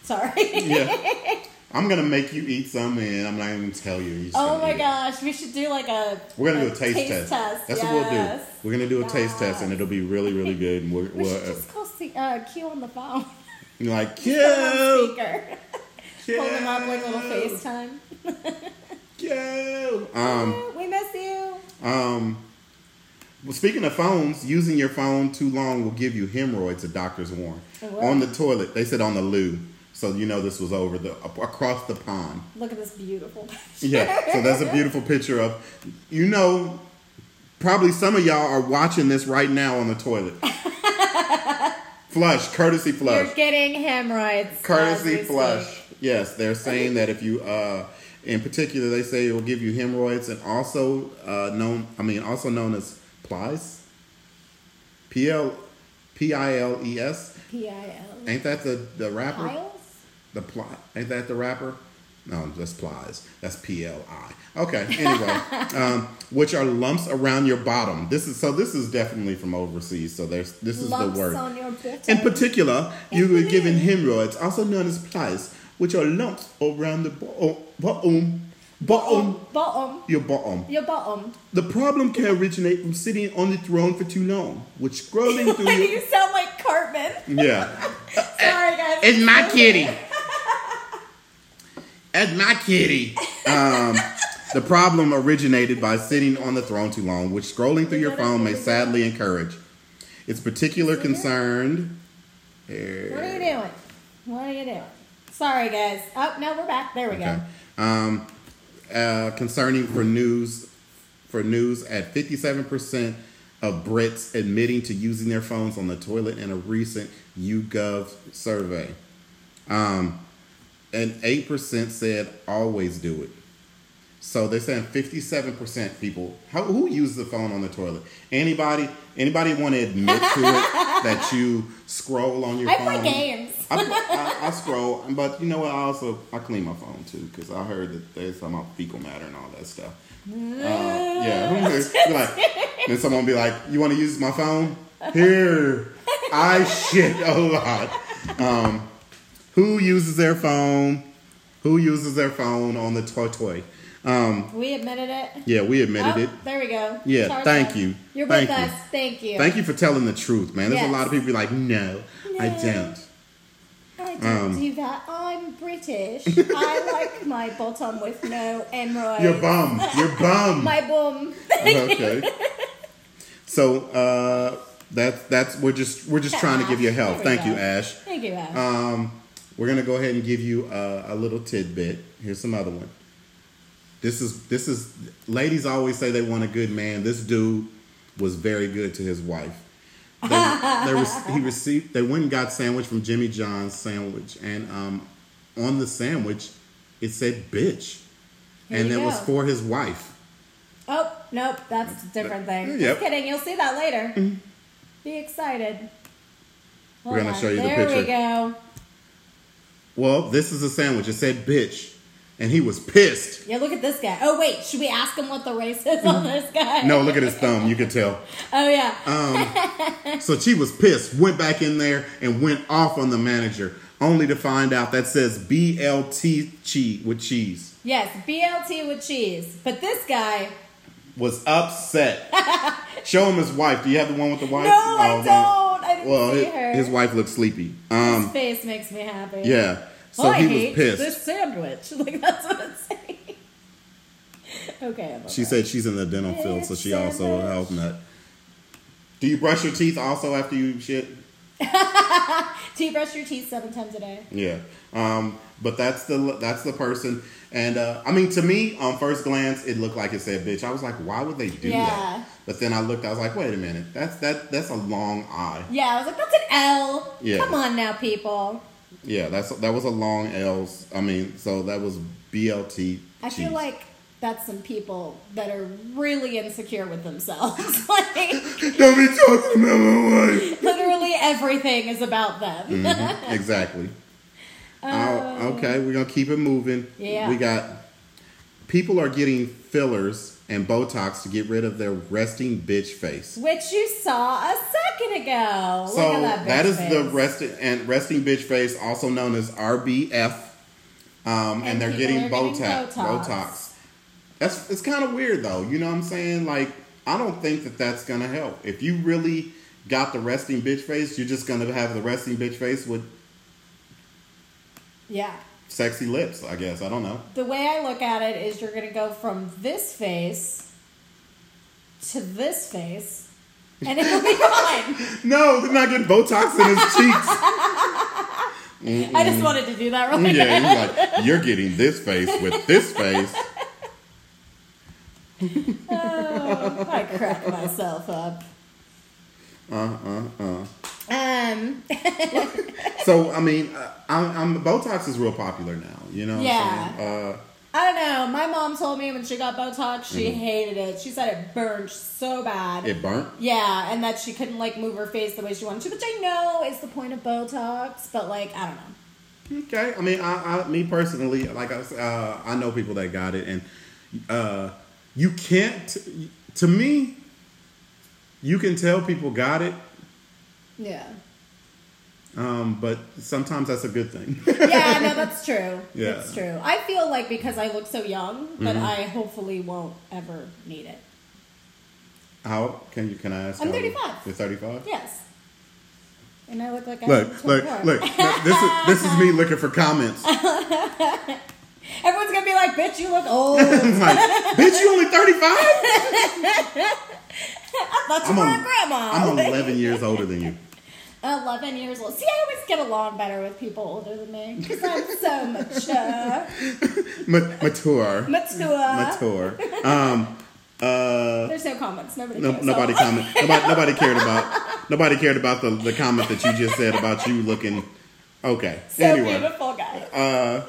S1: Sorry. <laughs>
S2: yeah. I'm gonna make you eat some, and I'm not even gonna tell you. You're just
S1: Oh
S2: gonna
S1: my
S2: eat it.
S1: gosh, we should do like a.
S2: We're gonna
S1: a
S2: do a taste, test. That's what we'll do.
S1: yes.
S2: We're gonna do a taste test, and
S1: Yes.
S2: it'll be really, really good.
S1: <laughs>
S2: And we're,
S1: We
S2: we'll,
S1: should just call C- uh, Q on the phone. <laughs>
S2: you're like,
S1: Put him on
S2: yo,
S1: speaker.
S2: yo,
S1: Pull them up like little FaceTime.
S2: yo. Um,
S1: we miss you.
S2: um. Well, speaking of phones, using your phone too long will give you hemorrhoids. The doctors warn.
S1: It will.
S2: On the toilet, they said on the loo, so you know this was over the across the pond.
S1: Look at this beautiful. picture.
S2: Yeah, so that's a beautiful picture of, you know, probably some of y'all are watching this right now on the toilet. flush, courtesy
S1: You're
S2: flush,
S1: getting hemorrhoids. as we
S2: courtesy
S1: speak.
S2: flush. Yes, they're saying that if you, uh, in particular, they say it will give you hemorrhoids and also uh, known, I mean, also known as plies. P L P I L E S.
S1: P I L.
S2: Ain't that the the rapper?
S1: Piles?
S2: The ply ain't that the rapper? No, that's plies. That's P L I. Okay.
S1: <laughs>
S2: Anyway, um, which are lumps around your bottom. This is so. This is definitely from overseas. So there's this is
S1: Lumps
S2: the word.
S1: on your bottom.
S2: In particular, you were given hemorrhoids, also known as plies, which are lumps around the bo- bottom, bottom,
S1: Bottom.
S2: your bottom.
S1: Your bottom.
S2: The problem can originate from sitting on the throne for too long, which scrolling through
S1: you <laughs>
S2: your
S1: sound like Cartman.
S2: yeah.
S1: Sorry, guys.
S2: Eh, It's my kitty. It's my kitty. Um, the problem originated by sitting on the throne too long, which scrolling through your phone may sadly encourage. Its particular concern.
S1: What are you
S2: Here.
S1: doing? What are you doing? Sorry, guys. Oh, no, we're back. There we
S2: Okay.
S1: go.
S2: Um, uh, concerning for news, for news at fifty-seven percent of Brits admitting to using their phones on the toilet in a recent YouGov survey, um, and eight percent said always do it. So they're saying 57% people. How, who uses the phone on the toilet? Anybody? Anybody want to admit to it that you scroll
S1: <laughs>
S2: on your
S1: I
S2: phone?
S1: play games.
S2: I, I, I scroll, but you know what? I also I clean my phone too because I heard that there's something about fecal matter and all that stuff. Uh, yeah, who knows? Be like, then someone be like, "You want to use my phone? Here, I shit a lot." Um, who uses their phone? Who uses their phone on the toy toy? Um,
S1: We admitted it.
S2: yeah, we admitted
S1: Oh,
S2: it.
S1: there we go.
S2: Yeah,
S1: Charge
S2: thank
S1: us.
S2: you.
S1: You're
S2: Thank
S1: with
S2: you.
S1: us. Thank you.
S2: Thank you for telling the truth, man. There's a
S1: Yes.
S2: lot of people be like, "No, I
S1: No.
S2: don't."
S1: I don't
S2: um,
S1: do that. I'm
S2: <laughs>
S1: British. I like my bottom with no emerald.
S2: Your bum. Your bum.
S1: My bum. <laughs>
S2: okay. So uh, that's that's we're just we're just trying to give you help.
S1: There we
S2: Thank you,
S1: go.
S2: Ash.
S1: Thank you, Ash.
S2: Um, we're gonna go ahead and give you a, a little tidbit. Here's another one. This is this is ladies always say they want a good man. This dude was very good to his wife. They, they was, he received they went and got sandwich from Jimmy John's sandwich, and um, on the sandwich it said bitch,
S1: Here
S2: and
S1: you
S2: that was
S1: go.
S2: for his wife.
S1: oh, nope. That's a different thing.
S2: Yep. Mm-hmm.
S1: Just kidding. You'll see that later. Be excited.
S2: We're gonna
S1: Hold on.
S2: show you the
S1: there
S2: picture.
S1: There we go.
S2: Well, this is a sandwich. It said bitch. And he was pissed.
S1: Yeah, look at this guy. Oh, wait. Should we ask him what the race is on this guy?
S2: Mm. No, look at Uh. his thumb. You can tell.
S1: Oh, yeah.
S2: So she was pissed, went back in there, and went off on the manager, only to find out that says BLT cheese with cheese.
S1: yes, BLT with cheese. But this guy.
S2: Was
S1: <laughs>
S2: upset. Show him his wife. Do you have the one with the wife?
S1: No, I
S2: Oh,
S1: don't. I didn't
S2: Well,
S1: see
S2: hi-
S1: her.
S2: his, wife looked sleepy.
S1: His
S2: Um,
S1: face makes me happy.
S2: yeah. So
S1: I
S2: he
S1: hate
S2: was pissed.
S1: this sandwich. <laughs> Like that's what it's saying. <laughs> okay. I'm
S2: She
S1: over
S2: said she's in the dental field, so she also a
S1: Sandwich.
S2: health nut. Do you brush your teeth also after you shit?
S1: it. Do you brush your teeth seven times a day?
S2: Yeah, um, but that's the that's the person, and uh, I mean to me on first glance it looked like it said bitch. I was like, why would they do
S1: Yeah.
S2: that? But then I looked, I was like, wait a minute, that's that that's a long I.
S1: Yeah, I was like, that's an L.
S2: Yeah.
S1: Come on now, people.
S2: Yeah, that's that was a long L's. I mean, so that was BLT.
S1: I feel
S2: cheese.
S1: like that's some people that are really insecure with themselves. <laughs> like
S2: <laughs> don't be talking about my
S1: <laughs>
S2: wife.
S1: literally everything is about them. <laughs> Uh,
S2: Mhm, exactly. I'll- okay, we're gonna keep it moving.
S1: Um, Yeah.
S2: we got people are getting fillers and Botox to get rid of their resting bitch face.
S1: Which you saw a second ago. Look
S2: So
S1: at that
S2: that
S1: bitch
S2: is the
S1: face.
S2: resting and resting bitch face, also known as RBF, um, and,
S1: And
S2: they're
S1: people
S2: getting
S1: are
S2: Botox.
S1: getting
S2: Botox.
S1: Botox.
S2: That's it's kind of weird though. You know what I'm saying? Like I don't think that that's gonna help. If you really got the resting bitch face, you're just gonna have the resting bitch face with
S1: Yeah.
S2: sexy lips. I guess I don't know.
S1: The way I look at it is you're going to go from this face to this face, and it'll
S2: <laughs>
S1: be fine.
S2: No, they're not getting Botox in his cheeks.
S1: <laughs> I just wanted to do that really
S2: Mm. Yeah,
S1: yeah,
S2: he's like, you're getting this face with this face.
S1: I crack myself up. Uh, uh, uh. Um, <laughs>
S2: So I mean, uh, I'm, I'm Botox is real popular now. You know, what
S1: Yeah.
S2: I'm saying? Uh,
S1: I don't know. My mom told me when she got Botox, she hated it. She said it burned so bad.
S2: Mm. it burnt.
S1: yeah, and that she couldn't like move her face the way she wanted to, which I know is the point of Botox, but like I don't know.
S2: Okay, I mean, I, I me personally, like I, s- uh, I know people that got it, and uh, you can't. To me, you can tell people got it,
S1: Yeah.
S2: um, but sometimes that's a good thing. <laughs>
S1: yeah, no, that's true.
S2: Yeah. Mm-hmm.
S1: That's true. I feel like because I look so young that I hopefully won't ever need it.
S2: How can you? Can I ask?
S1: I'm
S2: how old-
S1: 35.
S2: You're 35.
S1: Yes. And I look like I'm
S2: Look, look,
S1: 24.
S2: look! look, This is this is me looking for comments. <laughs>
S1: Everyone's gonna be like, "Bitch, you look
S2: <laughs>
S1: old." That's
S2: I'm like, bitch, you only 35?
S1: <laughs> your
S2: I'm,
S1: my
S2: a-
S1: grandma.
S2: I'm 11 years older than you.
S1: 11 years old. See, I always get along better with people older than me because I'm so mature,
S2: <laughs> Ma- mature.
S1: mature. <laughs>
S2: Mature. Um, uh,
S1: There's no comments. Nobody.
S2: no,
S1: cares.
S2: nobody
S1: So-
S2: comment. Nobody, nobody cared about. Nobody cared about the, the comment that you just said about you looking okay.
S1: So
S2: anyway,
S1: beautiful guy.
S2: uh,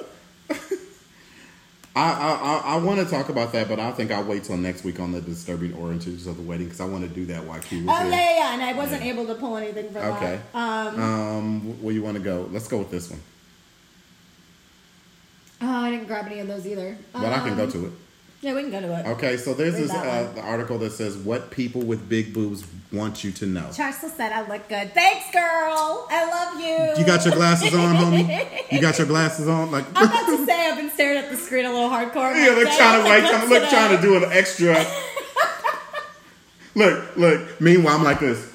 S2: I I, I, I want to talk about that, but I think I'll wait till next week on the disturbing oranges of the wedding because I want to do that while Q was
S1: Oh
S2: here.
S1: yeah, yeah, yeah. And I wasn't
S2: Yeah.
S1: able to pull anything from
S2: Okay.
S1: that. Um,
S2: Um, wh- where you want to go? Let's go with this one.
S1: oh, I didn't grab any of those either.
S2: But I can go to it.
S1: Yeah, we can go to it.
S2: Okay, so there's
S1: Um, read
S2: this
S1: that
S2: uh,
S1: one.
S2: the article that says what people with big boobs want you to know.
S1: Charsa said I look good. Thanks, girl. I love you.
S2: You got your glasses on, homie. You got your glasses on, like.
S1: I'm about to say I've been staring at the screen a little hardcore.
S2: Yeah, look,
S1: Like,
S2: trying to
S1: dang,
S2: like,
S1: look
S2: look, trying to do an extra. look, look. Meanwhile, I'm like this.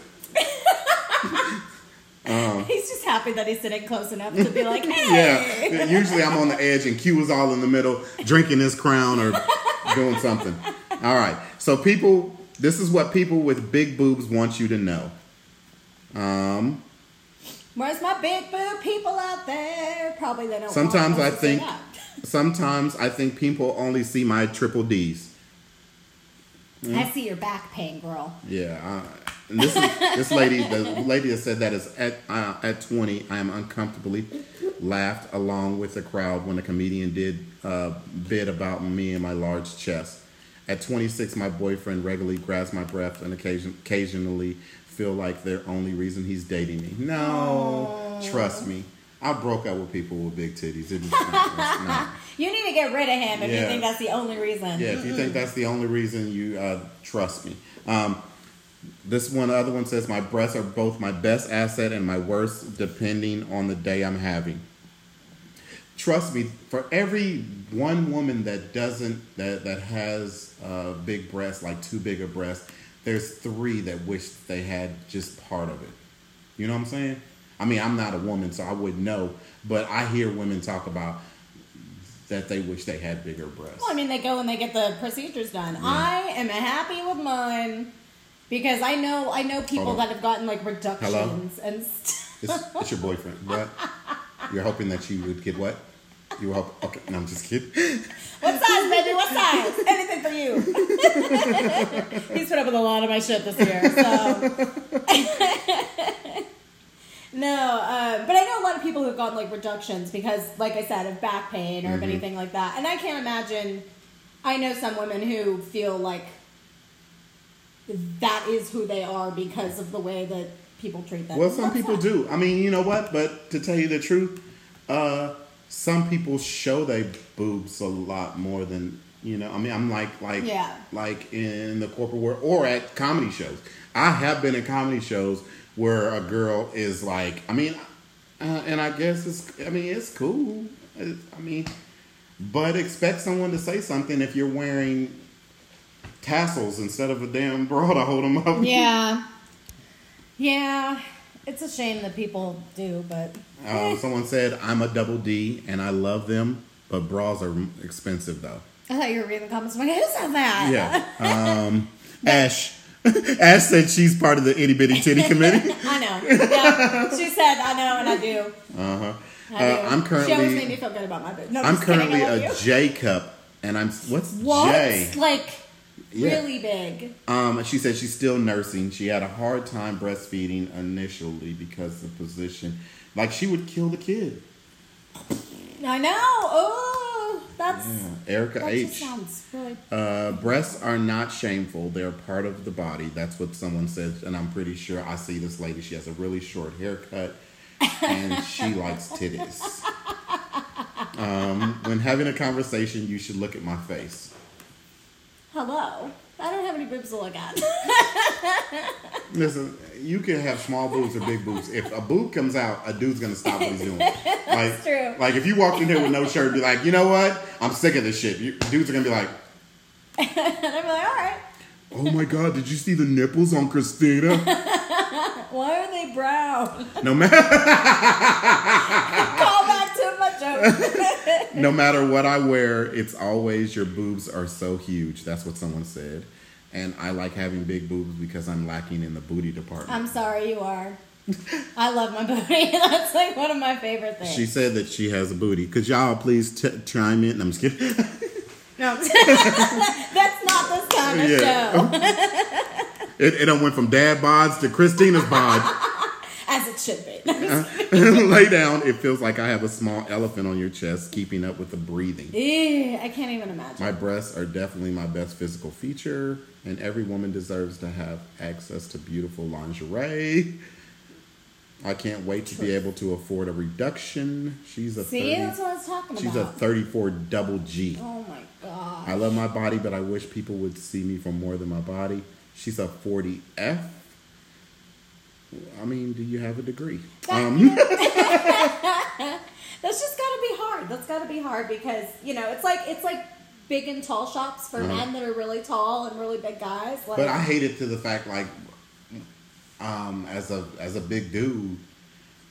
S1: He's just happy that he's sitting close enough to be
S2: <laughs>
S1: like, hey.
S2: Yeah. Usually, I'm on the edge, and Q is all in the middle, drinking his crown or doing something. All right. So, people, this is what people with big boobs want you to know. Um,
S1: Where's my big boob people out there? Probably they don't. want
S2: Sometimes
S1: us
S2: I
S1: to say
S2: think-
S1: that.
S2: sometimes I think people only see my triple D's. Mm.
S1: I see your back pain, girl.
S2: Yeah, I, and this is, this lady, the lady that said that is at uh, at twenty. I am uncomfortably laughed along with the crowd when a comedian did uh, bit about me and my large chest. At twenty six, my boyfriend regularly grabs my breasts and occasion occasionally feel like they're only reason he's dating me. No, trust me. I broke up with people with big titties. It was no.
S1: You need to get rid of him if you
S2: Yeah.
S1: think that's the only reason.
S2: Yeah, if you think that's the only reason, you uh, trust me. Um, this one, the other one says, my breasts are both my best asset and my worst, depending on the day I'm having. Trust me, for every one woman that doesn't that that has uh, big breasts, like too big a breast, there's three that wish they had just part of it. You know what I'm saying? I mean, I'm not a woman, so I wouldn't know, but I hear women talk about that they wish they had bigger breasts.
S1: Well, I mean, they go and they get the procedures done. I am happy with mine because I know I know people
S2: Hold on.
S1: that have gotten like reductions and st-
S2: It's, it's your boyfriend. What? You're hoping that you would get what? You were hoping. Okay, no, I'm just kidding.
S1: what size, baby? What size? <laughs> Anything for you. <laughs> He's put up with a lot of my shit this year, so. <laughs> No, um, but I know a lot of people who've gotten like reductions because, like I said, of back pain or
S2: Mm-hmm.
S1: of anything like that. And I can't imagine. I know some women who feel like that is who they are because of the way that people treat them.
S2: Well, some
S1: That's
S2: people
S1: not-
S2: do. I mean, you know what? But to tell you the truth, uh, some people show their boobs a lot more than you know. I mean, I'm like like
S1: Yeah.
S2: like in the corporate world or at comedy shows. I have been at comedy shows where a girl is like, I mean, uh, and I guess it's. I mean, it's cool. It- I mean, but expect someone to say something if you're wearing tassels instead of a damn bra to hold them up.
S1: Yeah. Yeah. It's a shame that people do, but. eh.
S2: Um, someone said, I'm a double D and I love them, but bras are expensive though.
S1: I thought you were reading the comments. I'm like, who said that?
S2: Yeah. Um, Ash. <laughs> Ash said she's part of the itty bitty titty
S1: <laughs>
S2: committee.
S1: <laughs> I know. Yeah. she said, I know, and I do.
S2: Uh-huh. Uh,
S1: I do.
S2: I'm
S1: She always made me
S2: currently
S1: feel good about my boob. No,
S2: I'm
S1: just kidding,
S2: currently
S1: I love
S2: a
S1: you.
S2: J cup and I'm what's
S1: What?
S2: J?
S1: Like,
S2: Yeah.
S1: really big.
S2: Um, she said she's still nursing. She had a hard time breastfeeding initially because the position, like she would kill the kid.
S1: I know. Oh, that's.
S2: Yeah. Erica
S1: That
S2: H.
S1: just sounds really.
S2: Uh, breasts are not shameful. They're part of the body. That's what someone said, and I'm pretty sure I see this lady. She has a really short haircut, and she likes titties. Um, when having a conversation, you should look at my face.
S1: Hello. I don't have any boobs to look at. <laughs>
S2: Listen, you can have small boobs or big boobs. If a boob comes out, a dude's gonna stop what he's doing. Like,
S1: true.
S2: Like if you walked in here with no shirt, be like, you know what? I'm sick of this shit. You, dudes are gonna be like,
S1: and I'm like, all right.
S2: oh my god, did you see the nipples on Christina?
S1: Why are they brown?
S2: No <laughs>
S1: <laughs>
S2: matter.
S1: Call back to my joke.
S2: No matter what I wear, it's always your boobs are so huge. That's what someone said. And I like having big boobs because I'm lacking in the booty department.
S1: I'm sorry, you are. I love my booty. <laughs> That's like one of my favorite things.
S2: she said that she has a booty. Could y'all please t- chime in? I'm just kidding. <laughs>
S1: no, that's not this kind of
S2: Yeah.
S1: show.
S2: It, it done went from dad bods to Christina's bod. <laughs>
S1: As a it should be. <laughs>
S2: Lay down. It feels like I have a small elephant on your chest, keeping up with the breathing.
S1: Ew, I can't even imagine.
S2: My breasts are definitely my best physical feature, and every woman deserves to have access to beautiful lingerie. I can't wait to be able to afford a reduction. She's a
S1: See,
S2: 30,
S1: that's what I was talking
S2: she's a
S1: about.
S2: 34 double G.
S1: oh my god.
S2: I love my body, but I wish people would see me for more than my body. She's a 40F. I mean, do you have a degree? Um,
S1: That's just gotta be hard. That's gotta be hard because you know it's like it's like big and tall shops for
S2: Uh-huh.
S1: men that are really tall and really big guys. Like,
S2: but I hate it to the fact, like, um, as a as a big dude,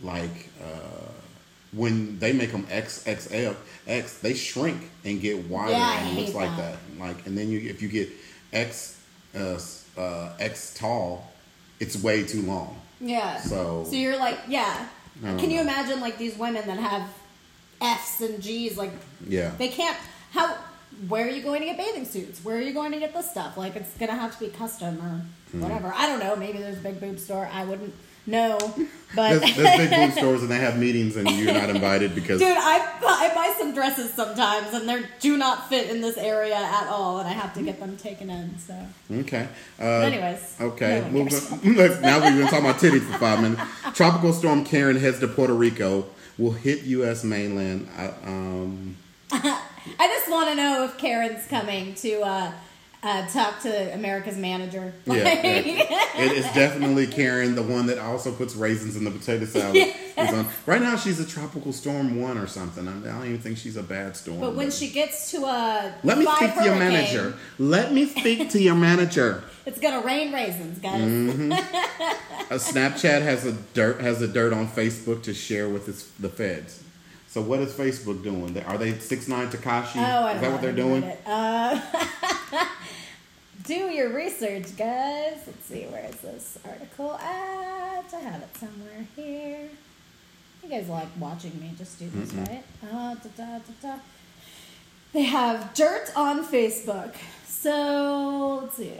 S2: like uh, when they make them XXL, X, they shrink and get wider
S1: Yeah, I
S2: and looks
S1: hate
S2: like that.
S1: that.
S2: Like, and then you if you get X uh, s- uh, X tall, it's way too long.
S1: yeah.
S2: So-
S1: you're like yeah.
S2: I don't
S1: Can you
S2: know.
S1: imagine like these women that have Fs and Gs like
S2: Yeah.
S1: they can't how where are you going to get bathing suits? Where are you going to get this stuff? Like it's gonna have to be custom
S2: Hmm.
S1: or whatever. I don't know. Maybe there's a big boob store. I wouldn't
S2: <laughs>
S1: know. But
S2: There's, there's big boom stores and they have meetings and you're not invited
S1: <laughs>
S2: because
S1: Dude, I, bu- I buy some dresses sometimes, and they do not fit in this area at all, and I have to get them taken in. So
S2: okay. Uh,
S1: anyways,
S2: okay.
S1: no one
S2: we'll
S1: cares.
S2: go- look, <laughs> now we've been talking about titties for five minutes. Tropical storm Karen heads to Puerto Rico. Will hit U.S. mainland. I, um,
S1: I just want to know if Karen's coming to uh, uh, talk to America's manager.
S2: yeah, yeah.
S1: <laughs>
S2: it is definitely Karen, the one that also puts raisins in the potato salad. Is on- Right now, she's a tropical storm one or something. I, I don't even think she's a bad storm.
S1: But when she gets to a
S2: let me
S1: five
S2: speak to your
S1: hurricane,
S2: manager. Let me speak to
S1: <laughs>
S2: your manager.
S1: it's gonna rain raisins, guys.
S2: Mm. Uh, Snapchat has a dirt has a dirt on Facebook to share with its, the feds. So what is Facebook doing? Are they six nine Takashi?
S1: Oh, I don't
S2: is that
S1: know
S2: what they're
S1: anything about
S2: doing?
S1: it. Uh, <laughs> do your research, guys. Let's see, where is this article at? I have it somewhere here. You guys like watching me just do this, right? Uh, da, da, da, da. They have dirt on Facebook. So, let's see.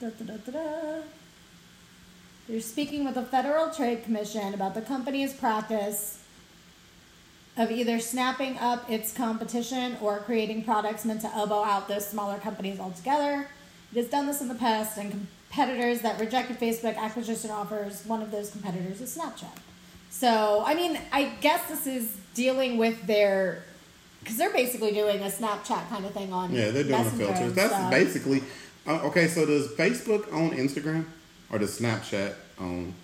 S1: Da, da, da, da, da. They're speaking with the Federal Trade Commission about the company's practice of either snapping up its competition or creating products meant to elbow out those smaller companies altogether. It has done this in the past, and competitors that rejected Facebook acquisition offers, one of those competitors is Snapchat. So, I mean, I guess this is dealing with their. Because they're basically doing a Snapchat kind of thing on
S2: Yeah, they're doing the
S1: Messenger and
S2: filters. That's
S1: stuff.
S2: basically uh, okay. So does Facebook own Instagram or does Snapchat own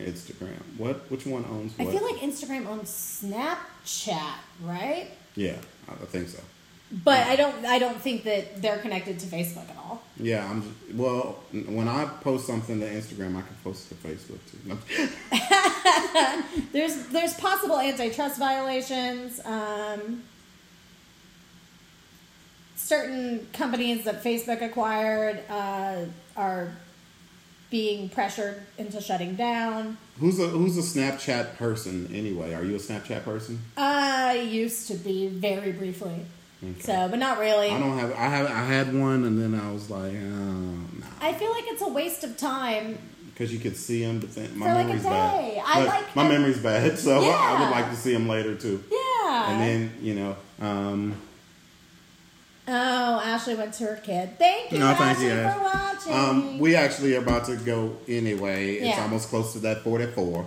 S2: Instagram? What which one owns
S1: I
S2: what?
S1: feel like Instagram owns Snapchat, right?
S2: yeah, I I think so.
S1: But I don't. I don't think that they're connected to Facebook at all.
S2: Yeah, I'm well. When I post something to Instagram, I can post it to Facebook too. <laughs>
S1: There's there's possible antitrust violations. Um, certain companies that Facebook acquired uh, are being pressured into shutting down.
S2: who's a who's a Snapchat person anyway? Are you a Snapchat person?
S1: I used to be very briefly, so but not really.
S2: I don't have. I have. I had one, and then I was like, oh, nah,
S1: I feel like it's a waste of time.
S2: because you could see them, but then my
S1: For, like, a
S2: memory's
S1: day.
S2: bad.
S1: I
S2: Look,
S1: like-
S2: my memory's bad, <laughs> so I
S1: Yeah.
S2: would like to see them later too.
S1: Yeah.
S2: And then you know, um,
S1: oh, Ashley went to her kid. Thank you,
S2: No, thank
S1: Ashley,
S2: you, Ash.
S1: for watching.
S2: um, we actually are about to go anyway. It's
S1: Yeah.
S2: almost close to that forty-four.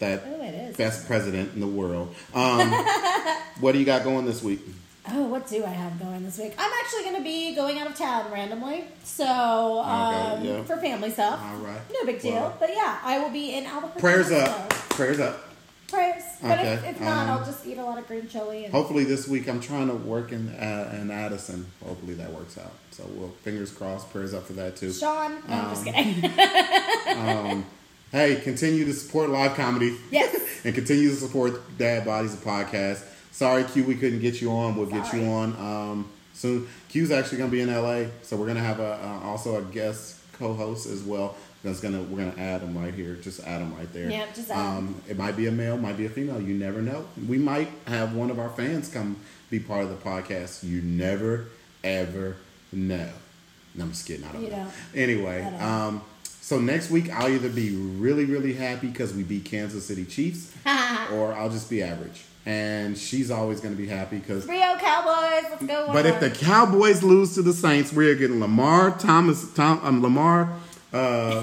S2: That
S1: Oh, it is.
S2: best president in the world. Um, <laughs> what do you got going this week?
S1: Oh, what do I have going this week? I'm actually going to be going out of town randomly, so um,
S2: yeah.
S1: for family stuff.
S2: All right.
S1: No big deal,
S2: Well.
S1: but yeah, I will be in Albuquerque.
S2: Prayers
S1: so-
S2: up. Prayers up.
S1: Prayers, but if,
S2: Okay,
S1: if not,
S2: um,
S1: I'll just eat a lot of green chili and
S2: Hopefully this week I'm trying to work in uh, in Addison. Hopefully that works out. So we'll fingers crossed. Prayers up for that too.
S1: Sean. No, I'm
S2: um,
S1: just kidding. <laughs>
S2: Hey, continue to support live comedy.
S1: yes.
S2: <laughs> and continue to support Dad Bodies the podcast. Sorry, Q, we couldn't get you on. We'll get
S1: Sorry.
S2: you on um, soon. Q's actually going to be in LA, so we're going to have a uh, also a guest co-host as well. That's gonna we're gonna add them right here. Just add them right there.
S1: Yeah, just add 'em.
S2: Um, it might be a male, might be a female. You never know. We might have one of our fans come be part of the podcast. You never ever know. No, I'm just kidding. I don't
S1: You
S2: know.
S1: don't.
S2: Anyway,
S1: I don't.
S2: um, So next week I'll either be really really happy because we beat Kansas City
S1: <laughs>
S2: Chiefs, or I'll just be average. And she's always going to be happy because
S1: Rio Cowboys, let's go.
S2: But if the
S1: Warriors.
S2: Cowboys lose to the Saints, we are getting Lamar Thomas. Tom, um, Lamar. Uh,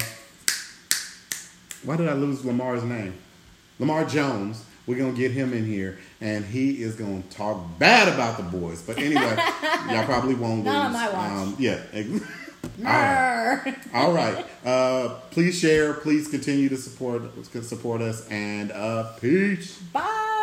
S2: why did I lose Lamar's name? Lamar Jones. We're gonna get him in here, and he is gonna talk bad about the boys.
S1: <laughs>
S2: But anyway, y'all probably won't lose. Um,
S1: Not on my watch.
S2: yeah. All right.
S1: Brr.
S2: All right. Uh, please share. Please continue to support support us, and uh, peace.
S1: <laughs> Bye.